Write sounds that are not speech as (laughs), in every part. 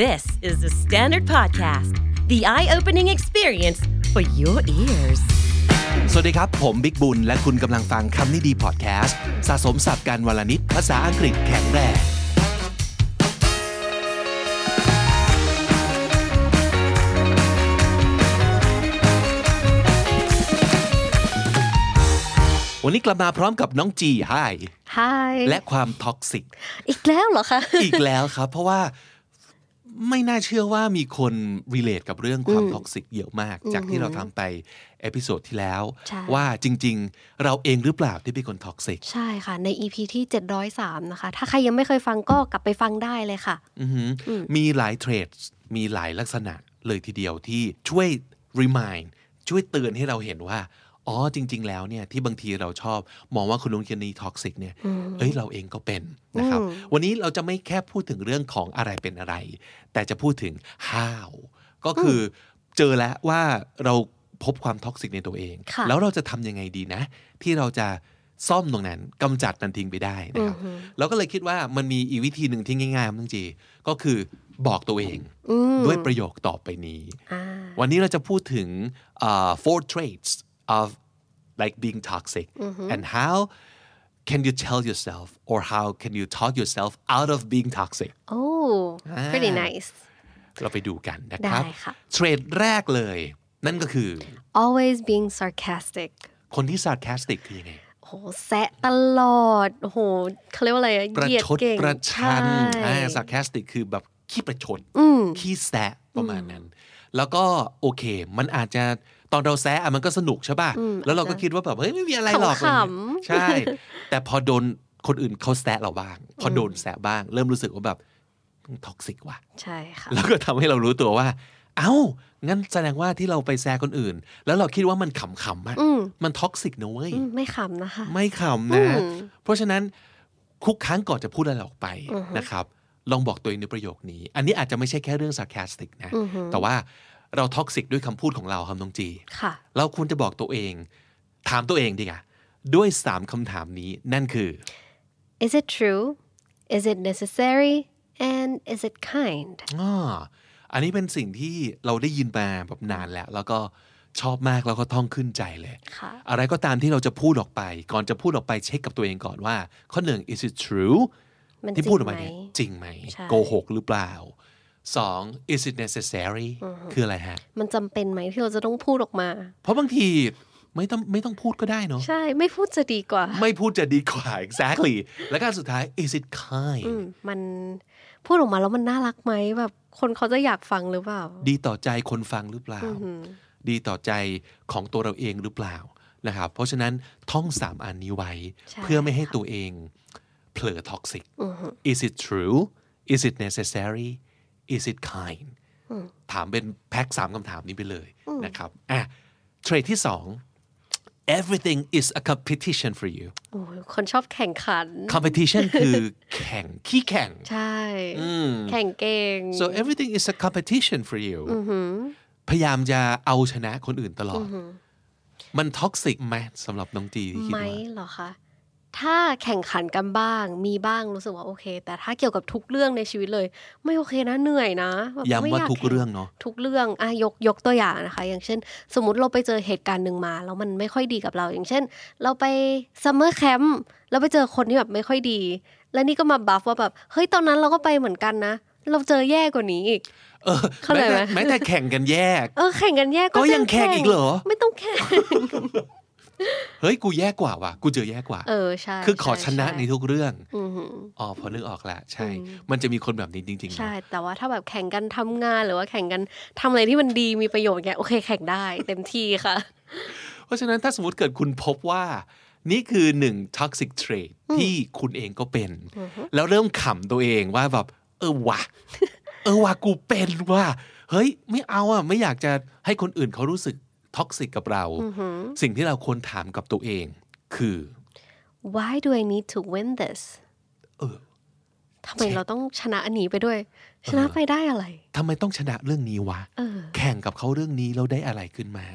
This is the Standard Podcast, the eye opening experience for your ears. สวัสดีครับ ผมบิ๊กบุญ และคุณกำลังฟังคำนี้ดีพอดแคสต์สะสมสับการวลนิดภาษาอังกฤษแข็งแรง วันนี้กลับมาพร้อมกับน้องจีไฮ Hi และความท็อกซิก อีกแล้วเหรอคะ (laughs) อีกแล้วครับ เพราะว่าไม่น่าเชื่อว่ามีคนรีเลทกับเรื่องความท็อกซิกเยอะมาก จากที่เราทำไปเอพิโซดที่แล้ว ใช่ ว่าจริง ๆ เราเองหรือเปล่าที่เป็นคนท็อกซิก ใช่ค่ะ ใน EP ที่ 703 นะคะ ถ้าใครยังไม่เคยฟังก็กลับไปฟังได้เลยค่ะ อือหืออมีหลายเทรดมีหลายลักษณะเลยทีเดียวที่ช่วย remind ช่วยเตือนให้เราเห็นว่า อ๋อจริง ๆ แล้วเนี่ยที่บางทีเราชอบมองว่าคนนู้นคนนี้ท็อกซิกเนี่ยเอ้ยเราเองก็เป็นนะครับ วันนี้เราจะไม่แค่พูดถึงเรื่องของอะไรเป็นอะไร แต่จะพูดถึง how ก็คืออเจอแล้วว่าเราพบความท็อกซิกในตัวเอง ค่ะ แล้วเราจะทำยังไงดีนะ ที่เราจะซ่อมตรงนั้นกำจัดมันทิ้งไปได้นะครับ เราก็เลยคิดว่ามันมีอีกวิธีหนึ่งที่ง่ายๆครับน้องจี ก็คือบอกตัวเองด้วยประโยคต่อไปนี้ อ่า วันนี้เราจะพูดถึงเอ่อ four traits of like being toxic and how can you tell yourself or how can you talk yourself out of being toxic โอ้ อ่า pretty nice เราไปดูกันนะครับ ได้ค่ะ เทรดแรกเลย นั่นก็คือ always being sarcastic คนที่ sarcastic คือยังไง โอ้โหแซะตลอด โอ้โหเขาเรียกว่าอะไรอะ ประ เหยียด ชด เก่ง ประชัน ใช่ อ่า sarcastic คือแบบขี้ประชดขี้แซะประมาณนั้น แล้วก็โอเค มันอาจจะตอนเราแซะอ่ะมันก็สนุกใช่ป่ะ แล้วเราก็คิดว่าแบบเฮ้ยไม่มีอะไรหรอก ขำๆ ใช่ แต่พอโดนคนอื่นเขาแซะเราบ้าง พอโดนแซะบ้าง เริ่มรู้สึกว่าแบบท็อกซิกว่ะ ใช่ค่ะ แล้วก็ทำให้เรารู้ตัวว่า เอ้า งั้นแสดงว่าที่เราไปแซะคนอื่น แล้วเราคิดว่ามันขำๆอ่ะมันท็อกซิกนะเว้ย อืมไม่ขำนะคะ ไม่ขำนะ เพราะฉะนั้นทุกครั้งก่อนจะพูดอะไรออกไปนะครับ ลองบอกตัวเองในประโยคนี้ อันนี้อาจจะไม่ใช่แค่เรื่อง sarcastic นะ แต่ว่าเราท็อกซิกด้วยคำพูดของเราคำนองจี ค่ะ เราควรจะบอกตัวเอง ถามตัวเองดีกว่าด้วยสามคำถามนี้นั่นคือ is it true is it necessary and is it kind อ่าอันนี้เป็นสิ่งที่เราได้ยินมาแบบนานแล้ว แล้วก็ชอบมากแล้วก็ท่องขึ้นใจเลย ค่ะ อะไรก็ตามที่เราจะพูดออกไป ก่อนจะพูดออกไปเช็คกับตัวเองก่อนว่า ข้อหนึ่ง is it true มันจริงไหม ที่พูดออกมาเนี่ยจริงไหม ใช่ โกหกหรือเปล่าสอง is it necessary คืออะไรฮะ มันจำเป็นไหมที่เราจะต้องพูดออกมา เพราะบางทีไม่ต้องไม่ต้องพูดก็ได้เนาะ ใช่ ไม่พูดจะดีกว่า ไม่พูดจะดีกว่า (laughs) exactly และการสุดท้าย is it kind มันพูดออกมาแล้วมันน่ารักไหมแบบคนเขาจะอยากฟังหรือเปล่า ดีต่อใจคนฟังหรือเปล่า ดีต่อใจของตัวเราเองหรือเปล่านะครับ เพราะฉะนั้นท่องสามอันนี้ไว้ ใช่ เพื่อไม่ให้ตัวเองเผลอท็อกซิก is it true is it necessary is it kind ถามเป็นแพ็คสามคำถามนี้ไปเลยนะครับอ่ะเทรดที่สอง everything is a competition for you โอ้ยคนชอบแข่งขัน competition คือแข่งขี้แข่ง ใช่ แข่งเก่ง so everything is a competition for you พยายามจะเอาชนะคนอื่นตลอด มันท็อกซิกไหมสำหรับน้องจีที่คิด ไหม ว่า เหรอคะ ถ้าแข่งขันกันบ้าง มีบ้างรู้สึกว่าโอเค แต่ถ้าเกี่ยวกับทุกเรื่องในชีวิตเลย ไม่โอเคนะเหนื่อยนะแบบไม่ ย้ำว่า อย ทุก แข่ เรื่องเนาะ ทุกเรื่องอ่ะยกยกตัวอย่างนะคะ อย่างเช่น สมมติเราไปเจอเหตุการณ์หนึ่งมา แล้วมันไม่ค่อยดีกับเรา อย่างเช่น เราไปซัมเมอร์แคมป์แล้วไปเจอคนที่แบบไม่ค่อยดี แล้วนี่ก็มาบัฟว่าแบบเฮ้ยตอนนั้นเราก็ไปเหมือนกันนะ เราเจอแย่กว่านี้อีก เออ เข้าใจ แม้แต่ไหมแม้แต่แข่งกันแยก เออแข่งกันแย่ ก็ยังแข่งอีกเหรอ ไม่ต้องแข่ง (laughs) เฮ้ย กูแย่กว่าว่ะ กูเจอแย่กว่า เออใช่ คือขอ ใ ชนะในทุกเรื่อง อือหือ อ๋อพอนึกออกแล้วใช่ มันจะมีคนแบบนี้จริงๆ ใช่ นะ แต่ว่าถ้าแบบแข่งกันทำงานหรือว่าแข่งกันทำอะไรที่มันดีมีประโยชน์เนี่ยโอเคแข่งได้ เต็มที่ค่ะ เพราะฉะนั้นถ้าสมมติเกิดคุณพบว่า นี่คือหนึ่งท็อกซิกเทรดที่คุณเองก็เป็น แล้วเริ่มขำตัวเองว่าแบบ เออ (laughs) วะ เออว่ากูเป็นว่าเฮ้ย ไม่เอาอ่ะ ไม่อยากจะให้คนอื่นเขารู้สึกท็อกซิกกับเรา สิ่งที่เราควรถามกับตัวเอง คือ Why do I need to win this เออ ทำไมเราต้องชนะอันนี้ไปด้วย ชนะไปได้อะไร ทำไมต้องชนะเรื่องนี้วะ เออ แข่งกับเขาเรื่องนี้แล้วได้อะไรขึ้นมา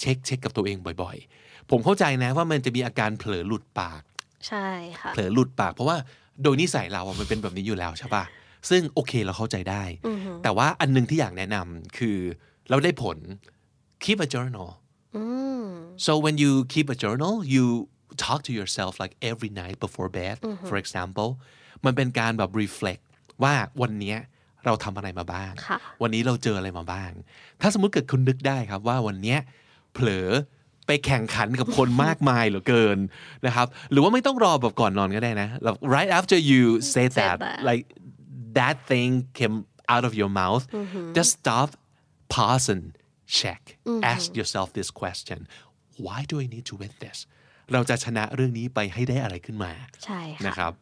เช็คเช็คกับตัวเองบ่อยๆ ผมเข้าใจนะว่ามันจะมีอาการเผลอหลุดปาก ใช่ค่ะ เผลอหลุดปากเพราะว่าโดยนิสัยเราอะมันเป็นแบบนี้อยู่แล้วใช่ปะ ซึ่งโอเคเราเข้าใจได้ อือหือ แต่ว่าอันหนึงที่อยากแนะนำคือเราได้ผล keep a journal อืม So when you keep a journal, you talk to yourself like every night before bed, for example. มันเป็นการแบบ reflect ว่าวันเนี้ยเราทำอะไรมาบ้าง ค่ะ วันนี้เราเจออะไรมาบ้าง ถ้าสมมติเกิดคุณนึกได้ครับว่าวันเนี้ยเผลอไปแข่งขันกับคน มากมายเหลือเกินนะครับ หรือว่าไม่ต้องรอแบบก่อนนอนก็ได้นะแบบ right after you say that that. like that thing came out of your mouth just stop pause and check ask yourself this question why do I need to win this เราจะชนะเรื่องนี้ไปให้ได้อะไรขึ้นมา ใช่ค่ะ นะครับ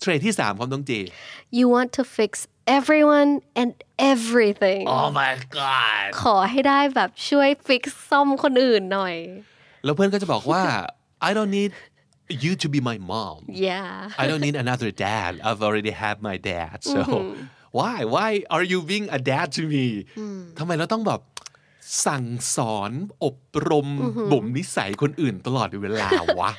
เทรดที่ 3 ครับต้องเจ you want to fix everyone and everything Oh my god ขอให้ได้แบบช่วย fix ซ่อมคนอื่นหน่อย แล้วเพื่อนก็จะบอก (laughs) ว่า I don't need you to be my mom yeah I don't need another dad I've already had my dad so why why are you being a dad to me ทำไมเราต้องแบบสั่งสอนอบรมบ่มนิสัยคนอื่นตลอดเวลาวะ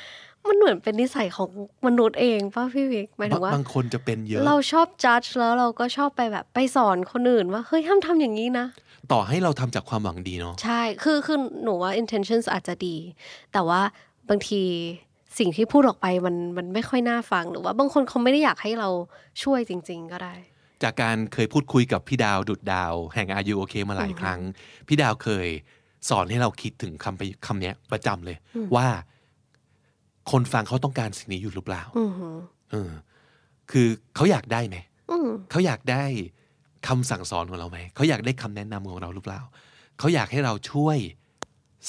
มันเหมือนเป็นนิสัยของมนุษย์เองป่ะพี่วิกหมายถึงว่า บางคนจะเป็นเยอะ เราชอบ judge แล้วเราก็ชอบไปแบบไปสอนคนอื่นว่า เฮ้ยห้ามทำอย่างนี้นะ ต่อให้เราทำจากความหวังดีเนาะ ใช่ คือ คือ หนูว่า intentions อาจจะดี แต่ว่าบางทีสิ่งที่พูดออกไปมัน มันไม่ค่อยน่าฟัง หรือว่าบางคนเขาไม่ได้อยากให้เราช่วยจริง ๆ ก็ได้ จากการเคยพูดคุยกับพี่ดาวดุดดาว แห่งอายุโอเคมาหลายครั้ง พี่ดาวเคยสอนให้เราคิดถึงคำไปคำเนี้ยประจำเลย ว่า คนฟังเขาต้องการสิ่งนี้อยู่หรือเปล่า อือหือ เออคือเขาอยากได้ไหม อืม เขาอยากได้คำสั่งสอนของเราไหม เขาอยากได้คำแนะนำของเราหรือเปล่า เขาอยากให้เราช่วย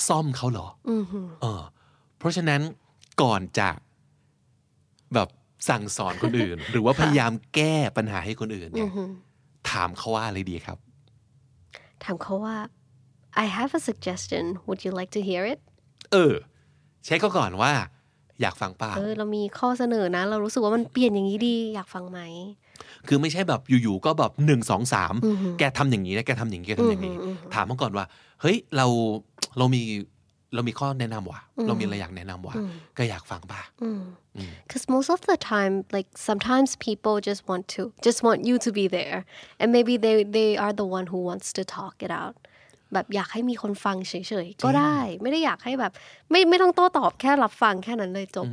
ซ่อมเขาเหรอ อือหือ เออเพราะฉะนั้นก่อนจะแบบสั่งสอนคน (laughs) อื่น หรือว่าพยายามแก้ปัญหาให้คนอื่นเนี่ย ถามเขาว่าอะไรดีครับ ถามเขาว่า I have a suggestion would you like to hear it เออ เช็คเขาก่อนว่า อยากฟังป่า เออ เรามีข้อเสนอนะ เรารู้สึกว่ามันเปลี่ยนอย่างนี้ดี อยากฟังไหม คือไม่ใช่แบบอยู่ๆก็แบบหนึ่งสองสามแกทำอย่างนี้นะแกทำอย่างนี้แกทำอย่างนี้ อืมอืมอืม ถามเขาก่อนว่า เฮ้ยเราเรามีเรามีข้อแนะนำว่ะ เรามีอะไรอยากแนะนำว่ะ อืม ก็อยากฟังป่ะ Because most of the time, like sometimes people just want to just want you to be there, and maybe they they are the one who wants to talk it out. แบบอยากให้มีคนฟังเฉยๆ ก็ได้ ไม่ได้อยากให้แบบ ไม่ไม่ต้องโต้ตอบแค่รับฟังแค่นั้นเลยจบ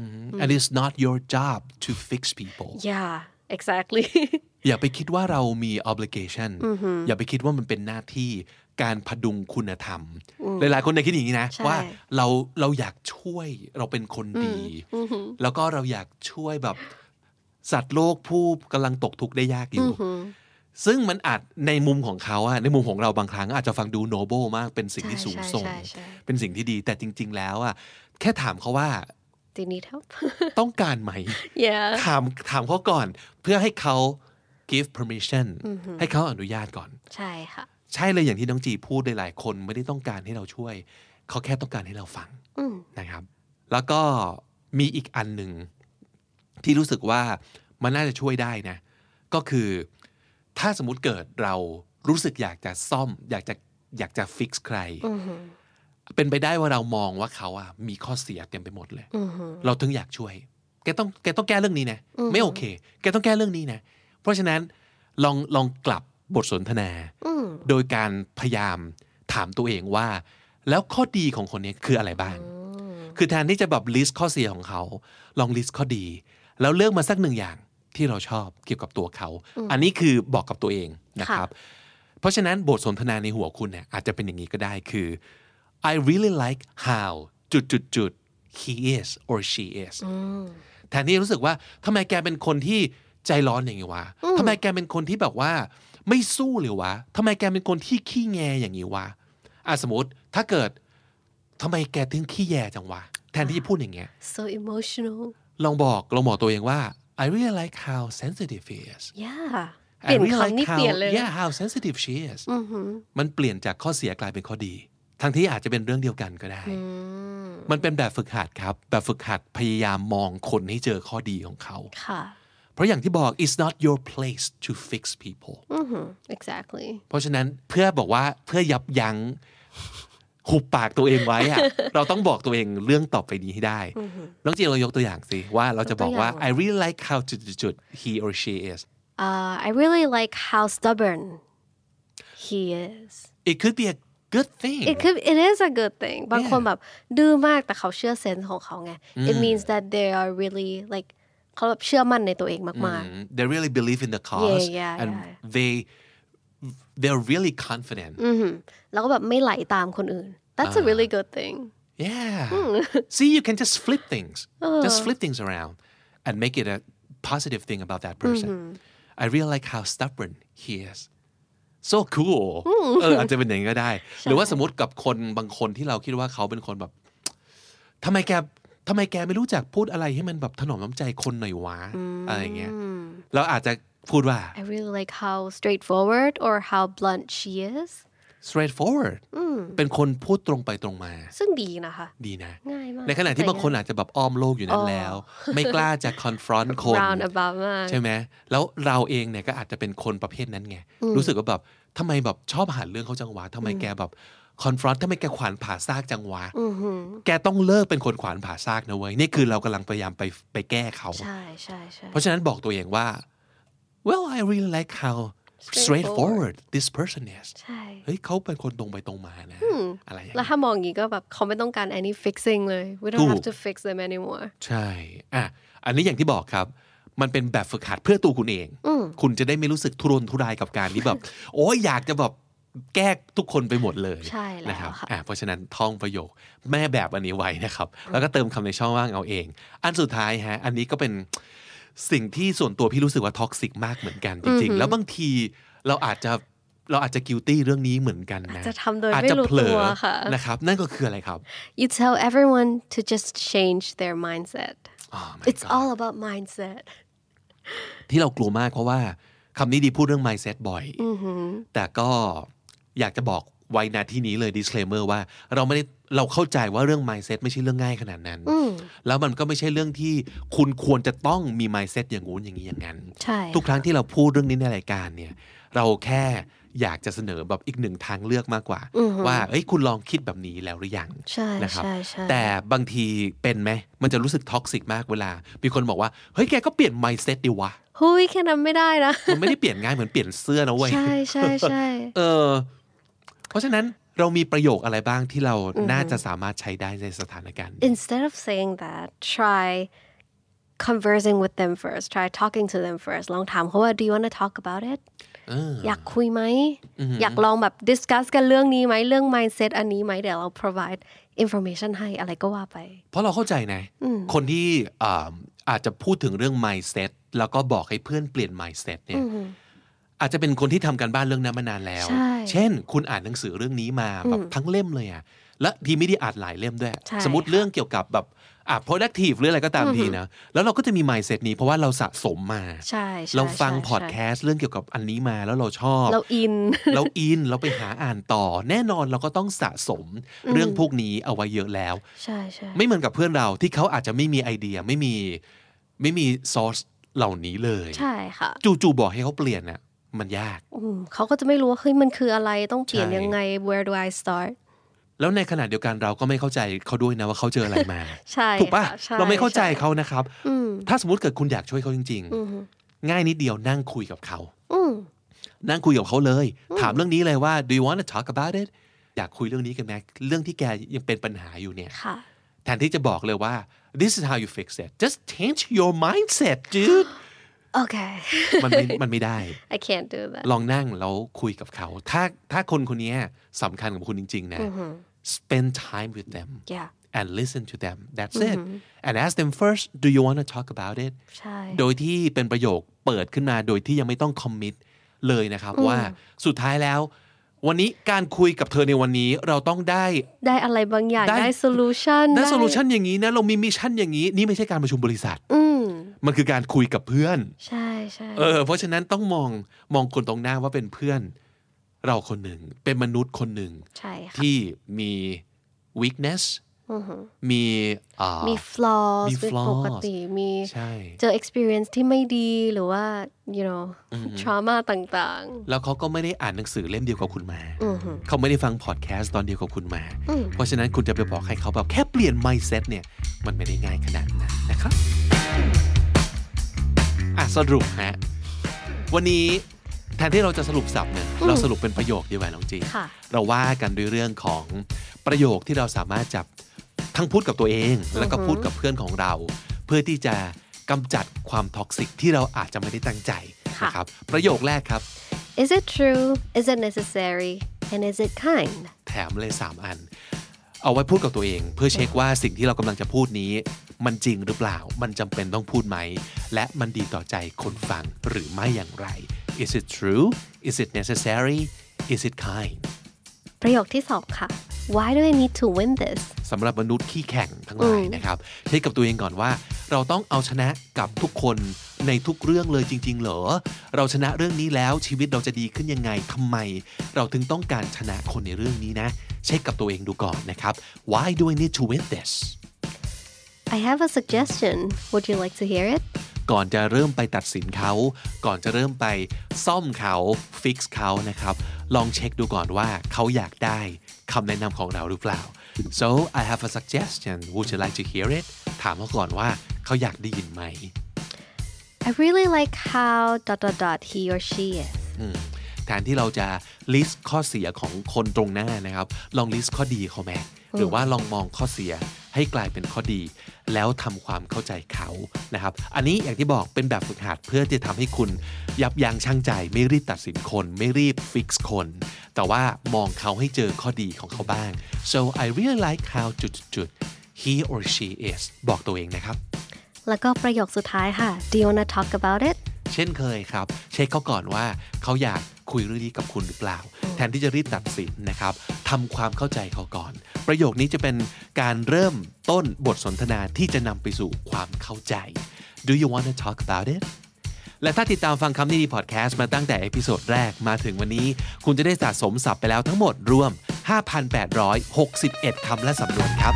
and it's not your job to fix people yeah exactly (laughs) อย่าไปคิดว่าเรามี obligation อย่าไปคิดว่ามันเป็นหน้าที่การพดุงคุณธรรม หลาย ๆ คนในคิดอย่างนี้นะ ใช่ ว่าเราเราอยากช่วยเราเป็นคนดี แล้วก็เราอยากช่วยแบบสัตว์โลกผู้กำลังตกทุกข์ได้ยากอยู่ ซึ่งมันอาจในมุมของเขาอะในมุมของเราบางครั้ง อาจจะฟังดูโนเบิลมากเป็นสิ่งที่สูงส่ง ใช่ใช่ใช่ เป็นสิ่งที่ดีแต่จริง ๆ แล้วอะแค่ถามเขาว่า they need (laughs) help ต้องการไหม yeah ถามถามเขาก่อนเพื่อให้เขา give permission ให้เขาอนุญาตก่อน ใช่ค่ะ ใช่เลยอย่างที่น้องจีพูดหลายๆคนไม่ได้ต้องการให้เราช่วย เขาแค่ต้องการให้เราฟัง อืม นะครับ แล้วก็มีอีกอันหนึ่ง ที่รู้สึกว่ามันน่าจะช่วยได้นะ ก็คือถ้าสมมติเกิดเรารู้สึกอยากจะซ่อม อยากจะอยากจะฟิกใคร อือหือ เป็นไปได้ว่าเรามองว่าเขาอะมีข้อเสียเต็มไปหมดเลย อือหือ เราถึงอยากช่วย แกต้องแกต้องแก้เรื่องนี้นะ ไม่โอเค แกต้องแก้เรื่องนี้นะ เพราะฉะนั้นลองลองกลับบทสนทนา อืม โดยการพยายามถามตัวเองว่า แล้วข้อดีของคนนี้คืออะไรบ้าง คือแทนที่จะแบบลิสต์ข้อเสียของเขา ลองลิสต์ข้อดี แล้วเลือกมาสักหนึ่งอย่างที่เราชอบเกี่ยวกับตัวเขา อันนี้คือบอกกับตัวเองนะครับ เพราะฉะนั้นบทสนทนาในหัวคุณเนี่ยอาจจะเป็นอย่างนี้ก็ได้คือ I really like how จุดจุดจุดๆๆ he is or she is แทนที่จะรู้สึกว่าทำไมแกเป็นคนที่ใจร้อนอย่างนี้วะทำไมแกเป็นคนที่แบบว่า ไม่สู้เลยวะทำไมแกเป็นคนที่ขี้แงอย่างนี้วะอ่ะสมมติถ้าเกิดทำไมแกถึงขี้แยจังวะ แทนที่จะพูดอย่างเงี้ย so emotional ลองบอกลองบอกตัวเองว่า I really like how sensitive he is yeah I เปลี่ยน really คำนี่ how- เปลี่ยนเลย yeah how sensitive she is มันเปลี่ยนจากข้อเสียกลายเป็นข้อดี ทั้งที่อาจจะเป็นเรื่องเดียวกันก็ได้ อืม มันเป็นแบบฝึกหัดครับ แบบฝึกหัดพยายามมองคนให้เจอข้อดีของเขา ค่ะ เพราะอย่างที่บอก it's not your place to fix people อือหือ exactly เพราะฉะนั้นเพื่อบอกว่าเพื่อยับยั้งหุบปากตัวเองไว้ (laughs) อะ เราต้องบอกตัวเองเรื่องต่อไปนี้ให้ได้ น้องจีเรายกตัวอย่างสิ ว่าเราจะบอกว่า I really like how จุดๆๆ he or she is uh, I really like how stubborn he is. it could be a good thing It could it is a good thing บางคนแบบดื้อมากแต่เขาเชื่อเซนส์ของเขาไง It means that they are really like เขาแบบเชื่อมั่นในตัวเองมาก Mm, they really believe in the cause yeah, and yeah. they they're really confident ๆ แล้วก็แบบไม่ไหลตามคนอื่น That's a really good thing yeah (laughs) see you can just flip things just flip things around and make it a positive thing about that person I really like how stubborn he is so cool (laughs) เอออาจจะเป็นอย่างนี้ก็ได้ หรือว่าสมมติกับคนบางคนที่เราคิดว่าเขาเป็นคนแบบทำไมแกทำไมแกไม่รู้จักพูดอะไรให้มันแบบถนอมน้ำใจคนหน่อยวะอะไรอย่างเงี้ยเราอาจจะพูดว่า I really like how straightforward or how blunt she is straightforward เป็นคนพูดตรงไปตรงมา ซึ่งดีนะคะ ดีนะ ง่ายมาก ในขณะที่บางคนอาจจะแบบอ้อมโลกอยู่นั้นแล้ว ไม่กล้าจะ confront คน round about มาก ใช่ไหมแล้วเราเองเนี่ยก็อาจจะเป็นคนประเภทนั้นไง รู้สึกว่าแบบทำไมแบบชอบหาเรื่องเขาจังหวะทำไมแกแบบ confront ทำไมแกขวานผ่าซากจังหวะแกต้องเลิกเป็นคนขวานผ่าซากนะเว้ย นี่คือเรากำลังพยายามไปไปแก้เขา ใช่ใช่ใช่ เพราะฉะนั้นบอกตัวเองว่า well I really like how straightforward this person is ใช่ เฮ้ยเขาเป็นคนตรงไปตรงมานะ อะไรอย่าง แล้ เงี้ วย ถ้ามองอย่างนี้ก็แบบเขาไม่ต้องการ any fixing เลย we ถู don't ก have to fix them anymore ใช่ อ่ะ อันนี้อย่างที่บอกครับ มันเป็นแบบฝึกหัดเพื่อตัวคุณเอง คุณจะได้ไม่รู้สึกทุรนทุรายกับการที่แบบ (laughs) โอ้ยอยากจะแบบแก้ทุกคนไปหมดเลย ใช่แล้ว นะครับ ค่ะ อ่ะเพราะฉะนั้นท่องประโยคแม่แบบอันนี้ไว้นะครับ แล้วก็เติมคำในช่องว่างเอาเอง อันสุดท้ายฮะ อันนี้ก็เป็นสิ่งที่ส่วนตัวพี่รู้สึกว่าท็อกซิกมากเหมือนกันจริงๆ แล้วบางทีเราอาจจะเราอาจจะกิ i ตี้เรื่องนี้เหมือนกันนะ จะทำโดย อาจ ไม่ จะ รู้ เผล ตัว อ ค่ะ นะครับนั่นก็คืออะไรครับ you tell everyone to just change their mindset อ๋อ my it's God all about mindset ที่เรากลัวมากเพราะว่าคำนี้ดีพูดเรื่อง mindset บ่อย แต่ก็อยากจะบอกไว้นาที่นี้เลย disclaimer ว่าเราไม่ได้เราเข้าใจว่าเรื่อง mindset ไม่ใช่เรื่องง่ายขนาดนั้น แล้วมันก็ไม่ใช่เรื่องที่คุณควรจะต้องมี mindset อย่างงู้นอย่างนี้อย่างนั้น ใช่ ทุกครั้งที่เราพูดเรื่องนี้ในรายการเนี่ย เราแค่อยากจะเสนอแบบอีกหนึ่งทางเลือกมากกว่า ว่าเอ้ยคุณลองคิดแบบนี้แล้วหรือยัง ใช่ นะครับ ใช่ใช่ แต่บางทีเป็นไหมมันจะรู้สึกท็อกซิกมากเวลา มีคนบอกว่า เฮ้ยแกก็เปลี่ยน mindset ดิวะ เฮ้ยแค่นั้นไม่ได้ (laughs) นะ มันไม่ได้เปลี่ยนง่ายเหมือนเปลี่ยนเสื้อนะเว้ย ใช่ใช่ใช่ (laughs) เออ เพราะฉะนั้นเรามีประโยคอะไรบ้างที่เราน่าจะสามารถใช้ได้ในสถานการณ์นี้ instead of saying that try conversing with them first try talking to them first ลองถามเขาว่า do you want to talk about it Ah. อยากคุยไหม Mm-hmm. อยากลองแบบ discuss กันเรื่องนี้ไหมเรื่อง mindset อันนี้ไหมเดี๋ยวเรา provide information ให้อะไรก็ว่าไป เพราะเราเข้าใจนะ คนที่อ่าอาจจะพูดถึงเรื่อง mindset แล้วก็บอกให้เพื่อนเปลี่ยน mindset เนี่ย อาจจะเป็นคนที่ทำการบ้านเรื่องนั้นมานานแล้ว ใช่ เช่น คุณอ่านหนังสือเรื่องนี้มาแบบทั้งเล่มเลยอะและทีไม่ได้อ่านหลายเล่มด้วย ใช่ สมมติเรื่องเกี่ยวกับแบบอ่ะ productive หรืออะไรก็ตามทีนะ แล้วเราก็จะมี mindset นี้เพราะว่าเราสะสมมา ใช่ใช่ เราฟัง ใช่ใช่ พอดแคสต์เรื่องเกี่ยวกับอันนี้มาแล้วเราชอบ เรา (laughs) (laughs) อิน เราอินเราไปหาอ่านต่อ แน่นอนเราก็ต้องสะสมเรื่องพวกนี้เอาไว้เยอะแล้ว ใช่ใช่ ไม่เหมือนกับเพื่อนเราที่เขาอาจจะไม่มีไอเดียไม่มีไม่มีซอสเหล่านี้เลย ใช่ค่ะ จู่ๆบอกให้เขาเปลี่ยนน่ะมันยาก อืมเขาก็จะไม่รู้ว่าเฮ้ยมันคืออะไรต้องเปลี่ยน ใช่ ยังไง where do I start แล้วในขณะเดียวกันเราก็ไม่เข้าใจเขาด้วยนะว่าเขาเจออะไรมา ใช่ ถูกปะ ค่ช่ เราไม่เข้าใจ ช่ เขานะครับ อืม ถ้าสมมติเกิดคุณอยากช่วยเขาจริง อืม ๆ ง่ายนิดเดียวนั่งคุยกับเขา อืม นั่งคุยกับเขาเลย ถามเรื่องนี้เลยว่า do you want to talk about it อยากคุยเรื่องนี้กันไหมเรื่องที่แกยังเป็นปัญหาอยู่เนี่ย ค่ะ แทนที่จะบอกเลยว่า this is how you fix it just change your mindset (laughs) dude โอเค มันไม่มันไม่ได้ (laughs) I can't do that ลองนั่งแล้วคุยกับเขา ถ้าถ้าคนคนนี้สำคัญกับคุณจริง ๆ นะ spend time with them yeah and listen to them that's it and ask them first do you want to talk about it ใช่ โดยที่เป็นประโยคเปิดขึ้นมาโดยที่ยังไม่ต้องคอมมิตเลยนะครับ ว่าสุดท้ายแล้ว วันนี้การคุยกับเธอในวันนี้เราต้องได้ ได้อะไรบางอย่าง ได้ ได้ solution ได้โซลูชันอย่างนี้นะเรามีมิชชั่นอย่างนี้ นี่ไม่ใช่การประชุมบริษัท อืม มันคือการคุยกับเพื่อน ใช่ใช่ เออ เพราะฉะนั้นต้องมองมองคนตรงหน้าว่าเป็นเพื่อน เราคนหนึ่ง เป็นมนุษย์คนหนึ่ง ใช่ค่ะ ที่มี weakness มีอ่า มี flaws มี เป็น flaws ปกติมี ใช่ เจอ experience ที่ไม่ดีหรือว่า you know trauma ต่าง แล้วเขาก็ไม่ได้อ่านหนังสือเล่มเดียวกับคุณมา เขาไม่ได้ฟังพอดแคสต์ตอนเดียวกับคุณมา เพราะฉะนั้นคุณจะไปบอกให้เขาแบบแค่เปลี่ยน mindset เนี่ย มันไม่ได้ง่ายขนาดนั้นนะครับ อ่ะสรุปฮะ วันนี้แทนที่เราจะสรุปสับเนี่ย อืม เราสรุปเป็นประโยคดีกว่าน้องจี ค่ะ เราว่ากันด้วยเรื่องของประโยคที่เราสามารถจับทั้งพูดกับตัวเอง แล้วก็ อือหือ พูดกับเพื่อนของเรา เพื่อที่จะกำจัดความท็อกซิกที่เราอาจจะไม่ได้ตั้งใจนะครับ ประโยคแรกครับ Is it true Is it necessary and Is it kind แถมเลย 3 อัน เอาไว้พูดกับตัวเอง เพื่อเช็คว่าสิ่งที่เรากำลังจะพูดนี้ มันจริงหรือเปล่า มันจำเป็นต้องพูดไหม และมันดีต่อใจคนฟังหรือไม่อย่างไร Is it true Is it necessary Is it kind ประโยคที่สองค่ะ Why do I need to win this สำหรับมนุษย์ขี้แข่งทั้งหลายนะครับเช็คกับตัวเองก่อนว่า เราต้องเอาชนะกับทุกคนในทุกเรื่องเลยจริง ๆ เหรอ เราชนะเรื่องนี้แล้วชีวิตเราจะดีขึ้นยังไงทำไม เราถึงต้องการชนะคนในเรื่องนี้นะ เช็คกับตัวเองดูก่อนนะครับ why do I need to win this I have a suggestion Would you like to hear it ก่อนจะเริ่มไปตัดสินเขา ก่อนจะเริ่มไปซ่อมเขา fix เขานะครับ ลองเช็คดูก่อนว่าเขาอยากได้คำแนะนำของเราหรือเปล่า so I have a suggestion would you like to hear it ถามเขาก่อนว่าเขาอยากได้ยินไหม I really like how dot dot dot he or she is อืมแทนที่เราจะ list ข้อเสียของคนตรงหน้านะครับ ลอง list ข้อดีเขาไหมหรือว่าลองมองข้อเสียให้กลายเป็นข้อดี แล้วทำความเข้าใจเขานะครับ อันนี้อย่างที่บอกเป็นแบบฝึกหัดเพื่อจะทำให้คุณ ยับยั้งชั่งใจไม่รีบตัดสินคน ไม่รีบ fix คน แต่ว่ามองเขาให้เจอข้อดีของเขาบ้าง so I really like how จุดๆๆ he or she is บอกตัวเองนะครับ แล้วก็ประโยคสุดท้ายค่ะ Do you wanna talk about it เช่นเคยครับ เช็คเขาก่อนว่าเขาอยากคุยเรื่องนี้กับคุณหรือเปล่า แทนที่จะรีบตัดสินนะครับทำความเข้าใจเขาก่อน ประโยคนี้จะเป็นการเริ่มต้นบทสนทนาที่จะนำไปสู่ความเข้าใจ Do you want to talk about it และถ้าติดตามฟังคำนี้ดีพอดแคสต์มาตั้งแต่เอพิโซดแรกมาถึงวันนี้ คุณจะได้สะสมศัพท์ไปแล้วทั้งหมดรวม 5,861 คำและสำนวนครับ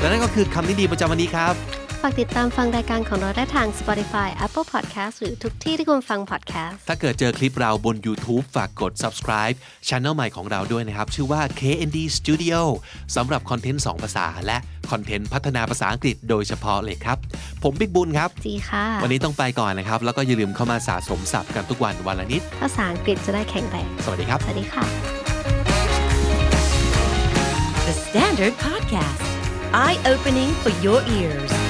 และนั่นก็คือคำนี้ดีประจำวันนี้ครับ ฝากติดตามฟังรายการของเราได้ทาง Spotify Apple Podcast หรือทุกที่ที่คุณฟัง podcast ถ้าเกิดเจอคลิปเราบน YouTube ฝากกด subscribe ช anel ใหม่ของเราด้วยนะครับ ชื่อว่า KND Studio สำหรับคอนเทนต์ 2 ภาษา และคอนเทนต์พัฒนาภาษาอังกฤษโดยเฉพาะเลยครับ ผมบิ๊กบุญครับ จีค่ะ วันนี้ต้องไปก่อนนะครับ แล้วก็อย่าลืมเข้ามาสะสมศัพท์กันทุกวันวันละนิด ภาษาอังกฤษจะได้แข็งแรง สวัสดีครับ สวัสดีค่ะ The Standard Podcast, eye opening for your ears.